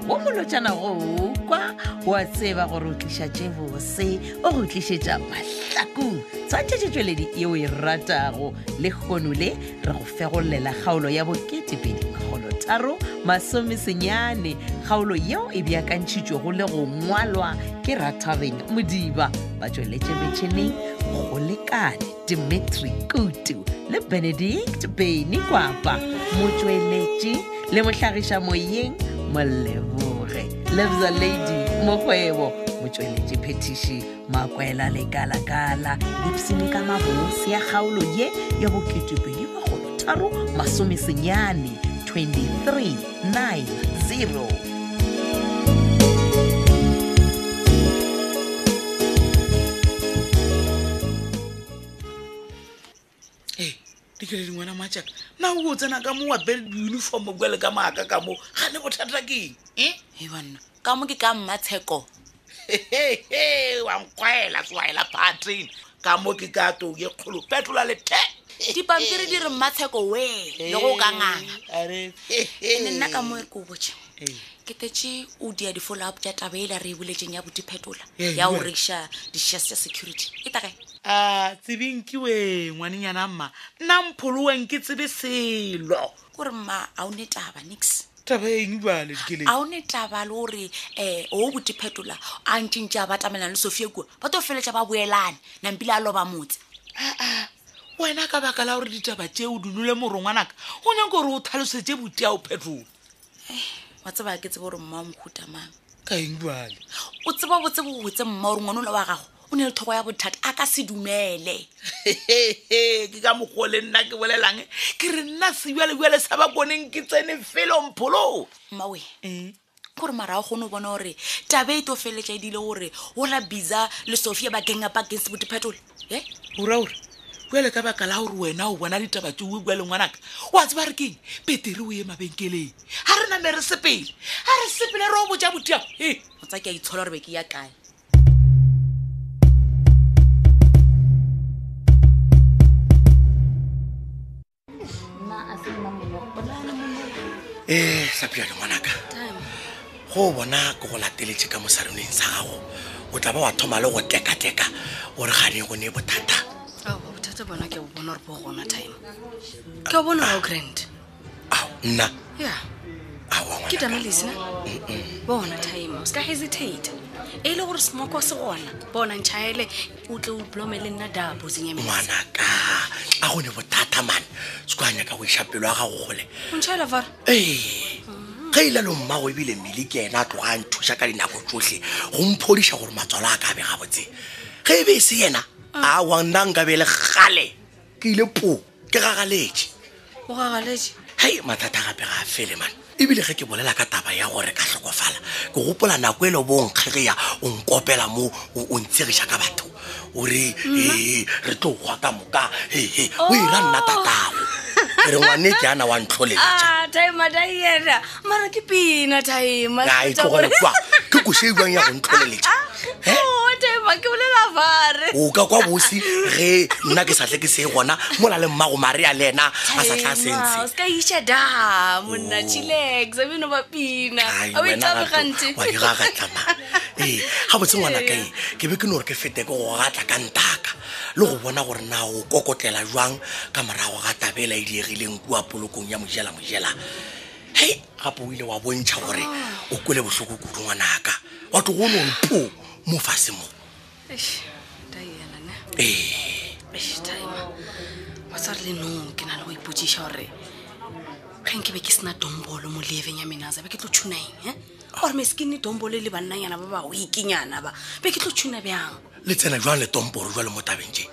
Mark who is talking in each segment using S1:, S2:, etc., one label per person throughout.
S1: kgona go kwa wa tseba gore o tliša tše bose o go tlišetša mahlakong tshwantšhetše tšweledi yeo e ratago le kgono le re go fegollela kgaolo ya bo2edimagolotaro masomesenyane kgaolo yeo e beakantšhitšwego le go ngwalwa ke rathabeng modiba ba tšweletše metšhineng go lekane dimitri kutu le benedict beny kwapa motsweletši le mohlagiša moyeng moleboge lebza lady mokgwebo motsweletši phetiši makwela lekala-kala lepsene ka mabose ya kgaolo ye ya boketepedi magolotharo masomesenyane 23 90
S2: ee dikeledi ngwana matšaka na o tsena ka mo wapere diuniform kwele ka maaka ka mo ga le bothata keng
S3: e banna ka mo ke ka mmatsheko
S2: ehe wankgwela sewaela patrin ka mo ke ka tou ye kgolo fetola lethe
S3: dipampiri di re mmatsheko we le go ka nganga ene nna ka e moe ko botse ke tetse o dia di-follow up tja taba ele re e boletseng ya bodiphetola
S2: Ee,
S3: ya go
S2: jwale.
S3: rekiša di-shares tsa security e tagae
S2: a tsebengkiwe ngwanenyana mma nna mpholoeng ke tsebe selo
S3: kore mma ga one taba nix
S2: taba eng bale dikeledi
S3: ga one taba le gore um o bodiphetola a ntsentse a batamelang le sofia kua ba tlo feleletša ba boelane nampile a loba motse
S2: aa wena ka baka la gore ditaba tšeo dinole morongwanaka o nyako gore o tlhalosetse botia o phetola
S3: wa tseba ke tsebe gore mma o nkhuta mang
S2: ka eng bale
S3: o tseba botsebo gotse mma gore ngwane ola wa gago o ne le thoko ya bothata a ka se dumele
S2: ke ka mokgwa o le nna ke bolelang ke re nna sebjalebjale sa bakoneng ke tsene felo mpholo
S3: mmawe
S2: Mm.
S3: gore mara o kgone go bona gore tabe e to feleletša edile gore ola bisa le sophia bakeng up against botephetole e
S2: oraore bjale ka baka la gore wena o bona ditaba tse o bjale ngwanaka oa tseba re keng peteri o ye mabenkeleng ga re name re sepele ga re sepele re o boja botiao e
S3: motsa ke a itshola gore be ke ya kae
S4: ee sapjale ngwanaka go o bona ke go lateletse ka mosareneng sa gago o tla ba wa thoma le go tekateka o re gane go ne bothata
S5: bothata bona ke bo bona gore bo gona time ke o bona go grand
S4: ao nna
S5: ya
S4: aowa
S5: ke
S4: ngwanaka.
S5: damelesena bona time o se ka hesitate e le gore semoko se gona bona ntšhaele o tle o blomele nna da botseng ya metsi
S4: ngwanaka a go ne bothata mane se ko a nyaka go iša pelo ya gago gole
S5: o ntšhaela fara
S4: ee ge e ile lo mmago ebile mmele ke ena a tloga a nthuša ka dinako tsotlhe go mphodiša gore matswalo a ka be gabotse ge e be e se yena aowa nna nka be le gale ke ile po ke gagaletše
S5: o gagaletse
S4: hei Eh, mathata gape ga a fele mane ebile ge ke bolela ka taba ya gore ka tlhokofala ke gopola nako ele bo nkgegeya o nkopela mo o o ntsegiša ka batho ore ee re tlo gwa ka moka ee o ira
S5: Oh.
S4: nna tatago re ngwane ke ana wa ntlholetša
S5: a Oh! Ah, time a diena mara ke pina time
S4: a e tlogele kwa ke koseiwang ya go ntlholeletša He?
S5: Oh, time ke bolela fare
S4: o ka kwa bosi ge nna ke sa tle ke se gona mola le mmago maria le ena a sa tlha sense
S5: ska iša da
S4: Oh.
S5: monna chilex abino ba pina
S4: Ai,
S5: a
S4: wena Rato,
S5: boitlabe gante
S4: wa di gagatlama ee ga botse ngwana ka eng ke be ke ne gore ke fete ke go gatla ka ntaka le go bona gore na o kokotlela jwang ka morago ga tabela e diegileng kua polokong ya mojela mojela hei gape o ile wa bontšha gore o kwele botlhoko kudu ngwanaka wa tlo gone mpo mo fase mo
S5: Eish, Diana, ne?
S4: ee
S5: Eish, Diana. wa tsa re lenong ke na le go ipotsiša gore ge nke be ke sena dombolo mo leeveng ya menasa be ke tlo tshuna eng e ore meskinne dombolo le bannanyana ba ba weekenyana ba be ke tlo tshuna bjang
S4: le tsena jwang le tomporo jwa le mo tabeng je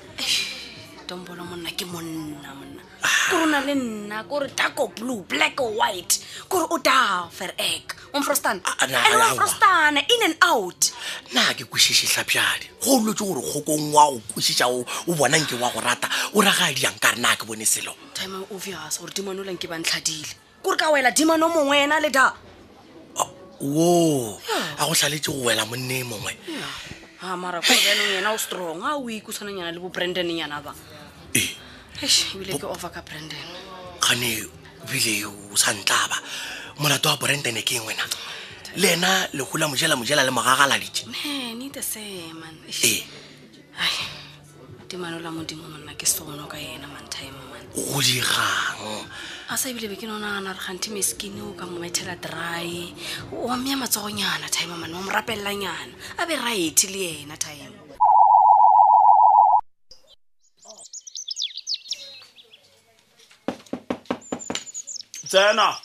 S5: dombolo monna ke monna monna
S4: Ah.
S5: kore o na le nna kore taco blue black or white kore o da fer egg omfrostana
S4: Ah, nah, aowa.
S5: omfrostana in and out
S4: nna ke kwešiše tlhapjadi go olwetse gore kgokong wa o kwešiša o o bonang ke wa go rata o raga diang ka re na ke bone selo
S5: time obvious gore dimane o leng ke bantlhadile kore ka wela dimane o mongwe ena le da
S4: wo a go tlaletse go wela e monne mongwe
S5: a mara ko jaanong yena o strong a o ikusananyana le bo branden yana ba
S4: ee
S5: Eish, ebile ke offer ka branden
S4: kgane bile o sa ntlaba molato wa branden e ke eng wena le ena legola mojela mojela le mogagaladitše
S5: man ite seman
S4: ee
S5: ai temano la modimo monna ke sono ka ena mantime man
S4: go digang
S5: a sa ebile be ke nonagana re kgante meskine o ka momethela dry wa mmeya matsogonyana time man wa mo rapelelanyana a be righte le ena time
S6: tsena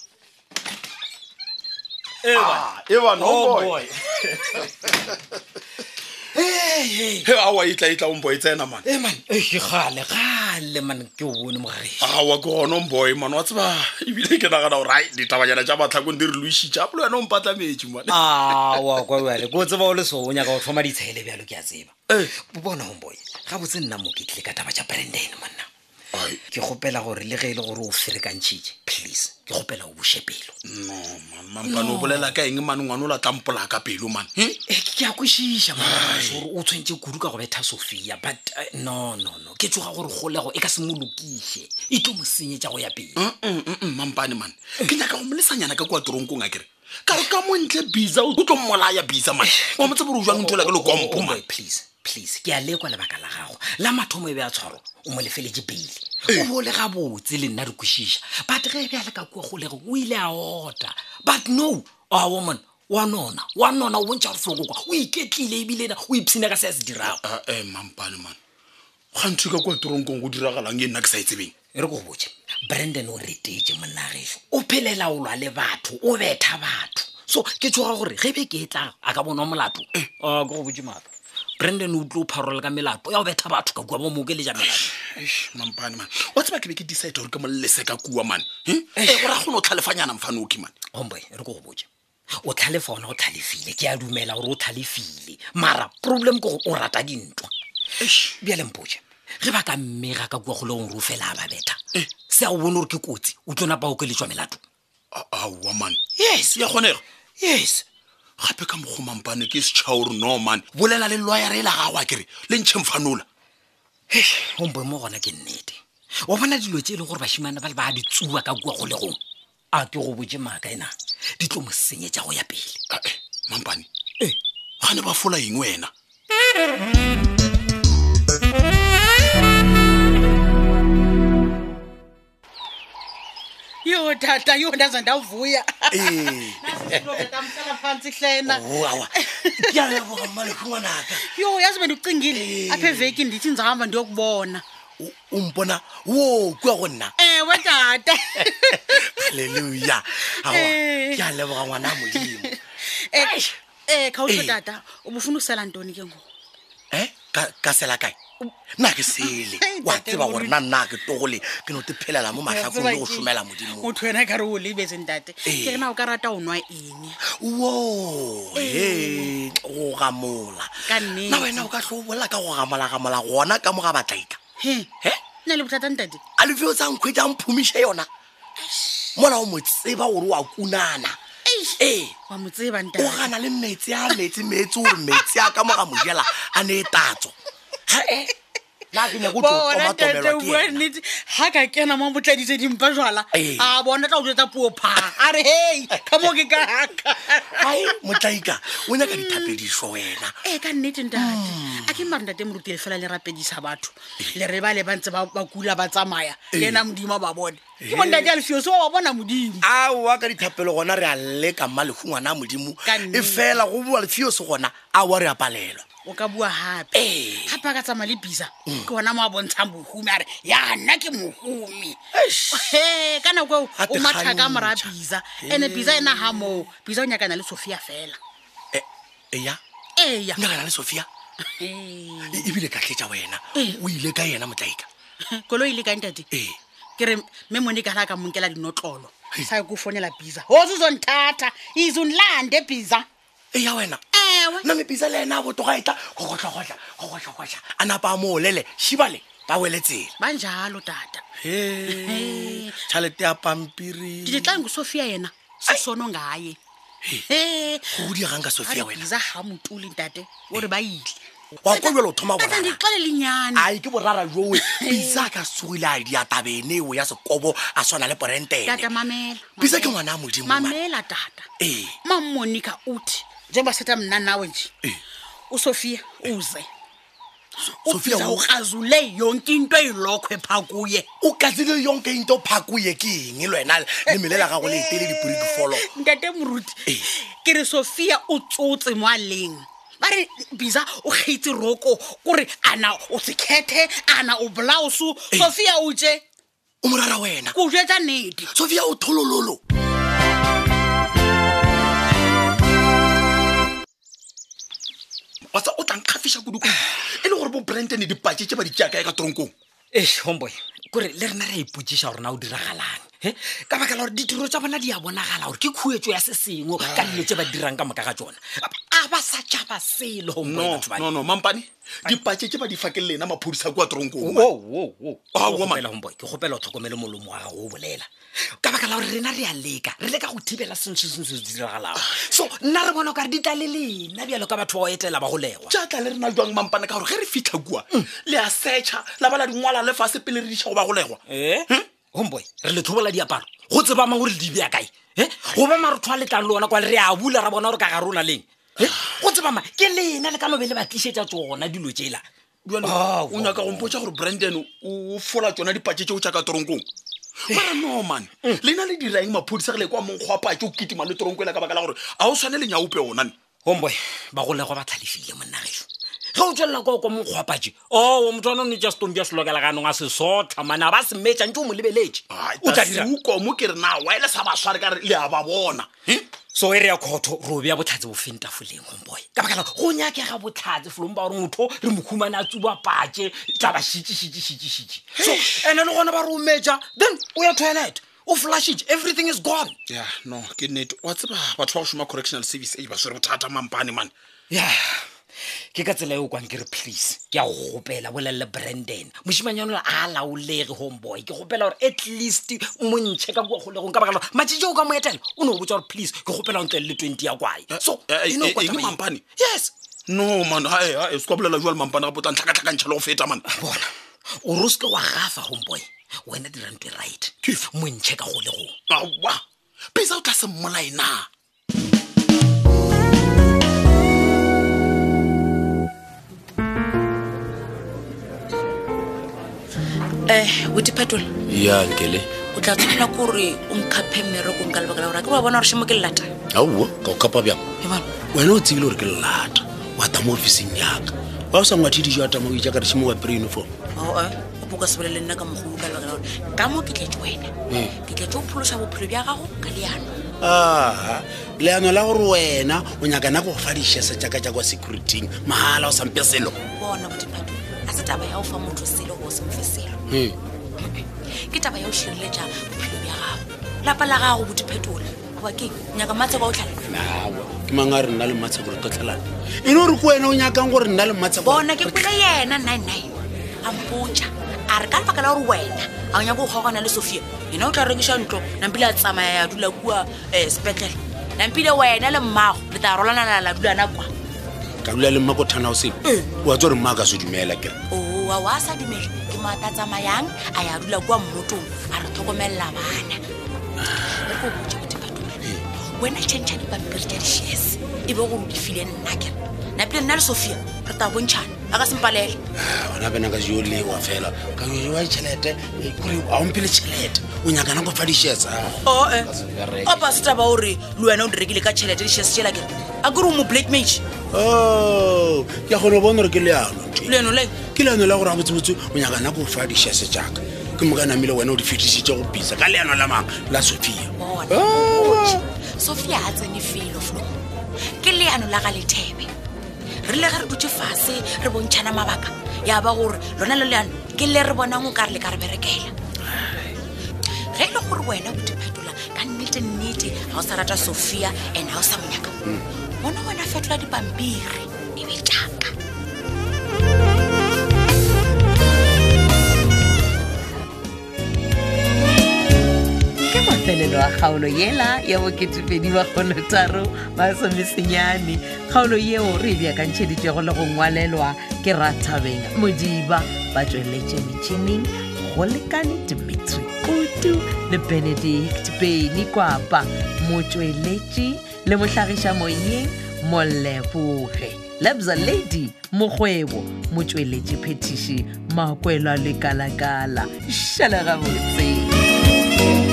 S7: Ah,
S6: ewa Oh, nomboy awa itla itla omboy tsena man
S7: e man e ke gale gale man ke o bone mogagešo
S6: awa ke gona omboy man wa tseba ebile ke nagana gore ai ditabanyana tša matlhakong di re loišitša polo wena o mpatlametše man
S7: awa Ah, kwa bjale ko o tseba o le soo nyaka go tlhoma ditshele bjalo ke a tseba
S6: Eh.
S7: Bo bona omboy ga botse nna mo ke tlile ka taba tša branden monna
S6: Ai.
S7: ke gopela gore le ge e le gore o ferekantšhitše please ke gopela o buše pelo
S6: no man mampane o bolela ka eng mane ngwane o latlampolaa ka pelo man Hm?
S7: e ke a kwešiša magagešo gore o tshwanetse kudu ka go betha sophia but eh, no no no ke tsoga gore kgolego e ka se mo lokiše e tlo mo senyetša go ya pele
S6: Mm-mm, mm-mm, mampane man ke nyaka go molesanyana ka kwa toronkong a kere ka re ka montle bisa o tlo mmolaya bisa man
S7: Eh,
S6: wa motse bore o jwang ntho e ela ke lekompo man
S7: Boy, oh, please please ke a lekwa lebaka la gago la mathomo e be a tshwaro o mo lefeletse pele o bo le gabotse le nna re kwešiša but ge e be a le ka kua golego o ile a ota but no a woman wa nona wa nona o bontšha gore flokokwa o iketlile ebilena o ipsina ka se a se dirago
S6: Ah, eh mampane man gantho ka kwa toronkong go diragalang e nna ke sa e tsebeng
S7: re ko botse branden o retetse monnageso o phelela o lwa le batho o betha batho so ke tsoga gore ge be ke e tlang a ka bonwa molato Eh, a ke go botse maaka branden o tlo o pharole ka melato ya o betha batho ka kua ba mookeletša melato
S6: Eish, mampane man wa tseba ke be ke decide gore ke molelese ka kua man e gore a kgone go tlhalefanyana mfanoki man
S7: homeboy e re ko go botse o tlhalefa ona o tlhalefile ke a dumela gore o tlhalefile mara problem ke gore o rata dintwa
S6: Eish.
S7: bjale mpotse ge ba ka mmega ka kua go le gore o fela a ba betha
S6: Eh.
S7: se a o bone gore ke kotsi o tlo napa okeletswa melato
S6: A- aowa man yes ya kgonega
S7: yes
S6: gape ka mokgwa mampane ke setšha ore no man bolela le loyara e la gago a kere le ntšhe mfanola
S7: homeboy mo gona ke nnete wa bona dilo tse e leng gore bašimane ba le ba di tsua ka kua go legong a ke go botse maaka ena di tlo mo senyetša go ya pele
S6: ae eh, mampane e gane ba fola eng wena
S8: yo tata yo ndaze ndavuya
S4: Eh. ee
S8: ndamhlala phantsi hlena
S4: oawa ke a leboga mmalekongwanaka
S8: yho yazi
S4: Eh.
S8: bendicingile apha eveki ndithi ndizahamba ndiyokubona
S4: o mpona wo kua go nna
S8: ewe tata
S4: halleluja aa
S8: Eh.
S4: ke a leboga ngwana a modimo
S8: Eh, eh khawutsho
S4: Eh.
S8: tata ubufuna usela ntoni ke ngoku
S4: e ka sela kae nna ke sele
S8: Ai,
S4: wa
S8: ntate
S4: tseba
S8: Moruti.
S4: gore nna nna ke togole ke no te phelela mo matlhakong le go somela modimong
S8: motho wena kare o lebetseng tate
S4: Eh.
S8: ke re na o ka rata o nwa eng
S4: wo
S8: Eh.
S4: e go gamola
S8: Ka nnete.
S4: na wena o ka tlho o bolela ka go gamolagamola gona ka mo ga batlaika
S8: he
S4: he
S8: nna le bothata ntate
S4: a lefeo tsa nkgwetsa mphomiše yona mola o mo tseba gore wa kunana ee
S8: wa mo
S4: o
S8: tseba ntate
S4: gana le metsi a metsi metsi gore metsi a ka mo ga mojela a ne e tatso gae na ke nyako
S8: bona tate
S4: tomatobelwa
S8: o
S4: ke
S8: bua
S4: ena
S8: nnete ga ka kena mo botladitse dimpa jala
S4: Eh.
S8: a bona tla o jetsa puo pha a re hei ka moo ke karaka
S4: gae motlaika o nyaka dithapediso wena
S8: ee ka nnete ntate a ke mare ntate moruti e fela le rapedisa batho le re ba le bantse ba ba kula ba tsamaya le ena modimo a ba bone ke bontate a lefio se wa ba bona modimo
S4: aowa ka dithapelo gona re a leka mmalekgongwana a modimo
S8: Ka
S4: e
S8: nnete.
S4: fela go bua lefiose gona aowa re a palelwa
S8: o ka bua gape
S4: ee
S8: gape a ka tsamaya le bisa ke ona mo a bontshang mohumi a re ya nna ke mohumi he ka nako eo
S4: Gape
S8: o matha ka mora
S4: gantša.
S8: bisa and-e bisa ena ga moo bisa o nyakana le sophia fela
S4: E- eya
S8: eya
S4: nyakana le sophia E- ebile ka tletsa wena
S8: Ee.
S4: o ile ka yena motlaika
S8: kolo ile ka e ntate
S4: ee
S8: ke re mme mone ka la ka monkela dinotlolo
S4: Eh.
S8: saye kufonela biza hoze uzondithatha ize undilande biza
S4: eya wena
S3: Eh
S8: ewe
S4: nna mepisa le ena a botogaetla go gotlhagotlha go gotlhagotlha a napa a mo olele šibale ba wele tsela
S8: banjalo tata
S3: Eh.
S4: he tšhalete ya pampiri
S8: ndithi xa ngusofia yena sisono ngaye he
S4: Eh.
S8: Eh.
S4: go diegang ka sophia wena Eh.
S8: biza hamutuli ntate ore bayile
S4: wa ko jalo o thoma
S3: Tata,
S4: borara
S3: ndixele lenyane
S4: ai ke borara joe
S3: Eh.
S4: bisa ka sogile a dia tabeneo ya sekobo a swana le
S3: tata
S4: porentene
S3: mamela
S4: bisa ke ngwana a modimo man.
S3: mamela tata
S4: ee
S3: mamonika uthi njengoba setha mna nawe nje
S4: Eh.
S3: usofia uze
S4: Sophia
S3: uza
S4: u-
S3: ukrazule yonke into eyilokhwe phaa kuye
S4: o katsile yonke into phakoye ke eng le wena lemele la gago le etele diporiki folo
S3: ntate moruti ke re sophia o tsotse mo a leng ba re bisa o kgaitse roko kore ana o sekgethe ana o bolauso sophia o je
S4: o morara wena
S3: ko jetsa nete
S4: sophia o tholololo
S6: watsa o tlang kgafiša kodukong e le gore bo branden dipatše tše ba di tšeakae ka toronkong
S7: ee homeboy kore le rena re a ipotsiša gore na o diragalang he ka baka la gore ditiro tsa bona di a bonagala gore ke khuetso ya se sengwe ka dilo tse ba di dirang ka moka ga tsona a ba sa jaba selo homeboy
S6: no
S7: batho ba-
S6: no no mampane dipatše tše ba di fakelele ena maphodisa kua toronkong
S7: Wo, wo, wo. Ke
S6: Ah,
S7: go
S6: woman.
S7: kgopela, homeboy, ke kgopela o tlhokomele molomo wa gago o bolela ka baka la gore rena re a leka re leka go thibela sentse sentse se diragalang so nna re bona o kare di tla le lena bjalo ka batho ba o etlela ba Mm. golegwa
S6: jaaka le rena jwang mampane ka gore ge re fitlha kua le a setšha la ba la dingwala lefase pele re dišha go ba golegwa
S7: Eh? homeboy re lethobola diaparo go tseba mang gore di bea kae e goba marotho a letlang le ona kwa re a bula ra bona gore ka gare o na leng Eh? go tseba ma ke lena le ka lobe le batlišetša tsona dilo tsela
S6: jale
S7: Ah,
S6: o nyaka gompotsa gore branden o o fola tsona dipatše tšeo tšaka toronkong
S7: Eh.
S6: mara noman
S7: Mm.
S6: lena le diraeng maphodisa ge le kwa monkgwa patše o kitima le toronko ela ka baka la gore ga o tshwane lenyaupe onane
S7: homeboy ba golegwa ba tlhalefile monnageso ge o tswelela kwa o kwa monkgwapatše oo Oh, motho ona o netša setombi a se lokela kanong a se sotha mana ba semetša ntse o mo lebeletše
S6: Ah, e
S7: o tla dira
S6: ukomo ke re na wa ele sa basware ka re le a ba bona Hm?
S7: so e re ya kgotho re o beya botlhatse bofeng tafoleng homeboy ka baka la go nyakega botlhatse folong ba gore motho re mokhumane a tsuba patše tla ba šitšešitšešitšešitše so and-e le gona ba re o metša then o ya toilet o flashitše everything is gone
S6: ya no ke nnete wa tseba batho ba go šoma correctional service e ba swere bothata mampane mane
S7: ya ke ka tsela e o kwang ke re please ke a go gopela bolelele branden mošimanyano a laolege homeboy ke gopela gore at least montšhe ka kua golegong ka baka la matšetše o ka mo etela o ne o botsa gore please ke gopela o ntlwelele twenty ya kwae so
S6: eh,
S7: e no
S6: eh,
S7: kwa
S6: eng
S7: taba eo.
S6: mampane?
S7: yes
S6: no man ae ae se kwa bolela jwa le mampane gape o tla ntlhakatlhakantšha le go feta mane
S7: bona o re o seke wa gafa homeboy wena dirantwe right
S6: Ke efe?
S7: montšhe ka go le gong
S6: awa pisa o tla se mmolae na
S3: um wetiphetola
S9: ya nkele
S3: o tla tshwanela kore o nkgaphe mmerekong ka lebaka la gore a ke ba bona gore shemo ke lelata
S9: aowa ka o kapa bjang
S3: ebone
S9: wena o tsebile gore ke lelata wa tamo officing yaka wa o sa ngwathe dijo a tama o ijaka rešimo wa pere uniform
S3: oe Oh, eh, o boka se bolele nna ka mogolo ka lebaka la gore ka mo ke tletse wena ke tletse o pholosa bophelo bja gago ka leano
S9: aa leano la gore wena o nyakana go fa dišhesa jaaka ja kwa securityng mahala o sampe selo
S3: bona botiphato a se taba ya go fa motho selo go se mofe selo ke taba ya go šireletša bophelo bja gago lapa la gago botiphetola goba ke eng? nyaka matsheko a o tlhale
S9: awa ke mang a re nna le matsheko re tlotlhelana e ne gore ke wena o nyakang gore nna le matsheko
S3: bona ke pole yena nine nine a mpotša a re ka lebaka la gore wena a o nyako o kgaogana le sophia yena o tla rekiša ntlo nampile a tsamaya ya dula kua um sepetlele nampile wena le mmago le tla rolanana la dulana kwa
S9: ka dula le mma ko thana o selo wa tse gore mma a ka se dumela kere
S3: oa wa sa dumele ke maata tsamayang a ya dula kwa mmotong a re tlhokomelela bana re ko botse botebatole wena chantšha dipampiri tša di-shares e be gore o di file nna kere napile nna le sophia re ta bontšhana a ka sempalele
S9: ona bena ka jo lewa fela ka jowa tšhelete kore a ompele tšhelete o nyakana go fa dišhetsa
S3: oe
S9: Ka se bereke.
S3: eh. opa se taba gore le wena o di rekile ka tšhelete di-shares tšela kere a kere o mo black mage
S9: o ke a kgone Oh, go bona gore ke leano nte.
S3: leano le
S9: ke leano la gore a botsebotse o nyakana go fa dišhese jaaka ke moka namile wena o di fetisitse go bisa ka leano la mangwe la sophia
S3: bona sophia a tsene felo flo ke leano la ga lethebe re le ga re dutse fase re bontšhana mabaka ya ba gore lona le leano ke le re bonang o ka re le ka re berekela ge e le gore wena o diphetola ka nnete-nnete ga o sa rata sophia and ga o sa monyaka bona wena fetola dipampiri e be jaaka
S1: ke mafelelo a kgaolo yela ya boketepedi ba kgonotharo masomesenyane kgaolo yeo re e beakantšheditšego le go ngwalelwa ke rathabeng modiba ba tsweletše metšhineng go lekane dimitri kutu le benedict beny kwapa motsweletši le mohlagiša moyeng moleboge lebza lady mokgwebo motsweletši phetiši makwela lekalakala šhala gabotse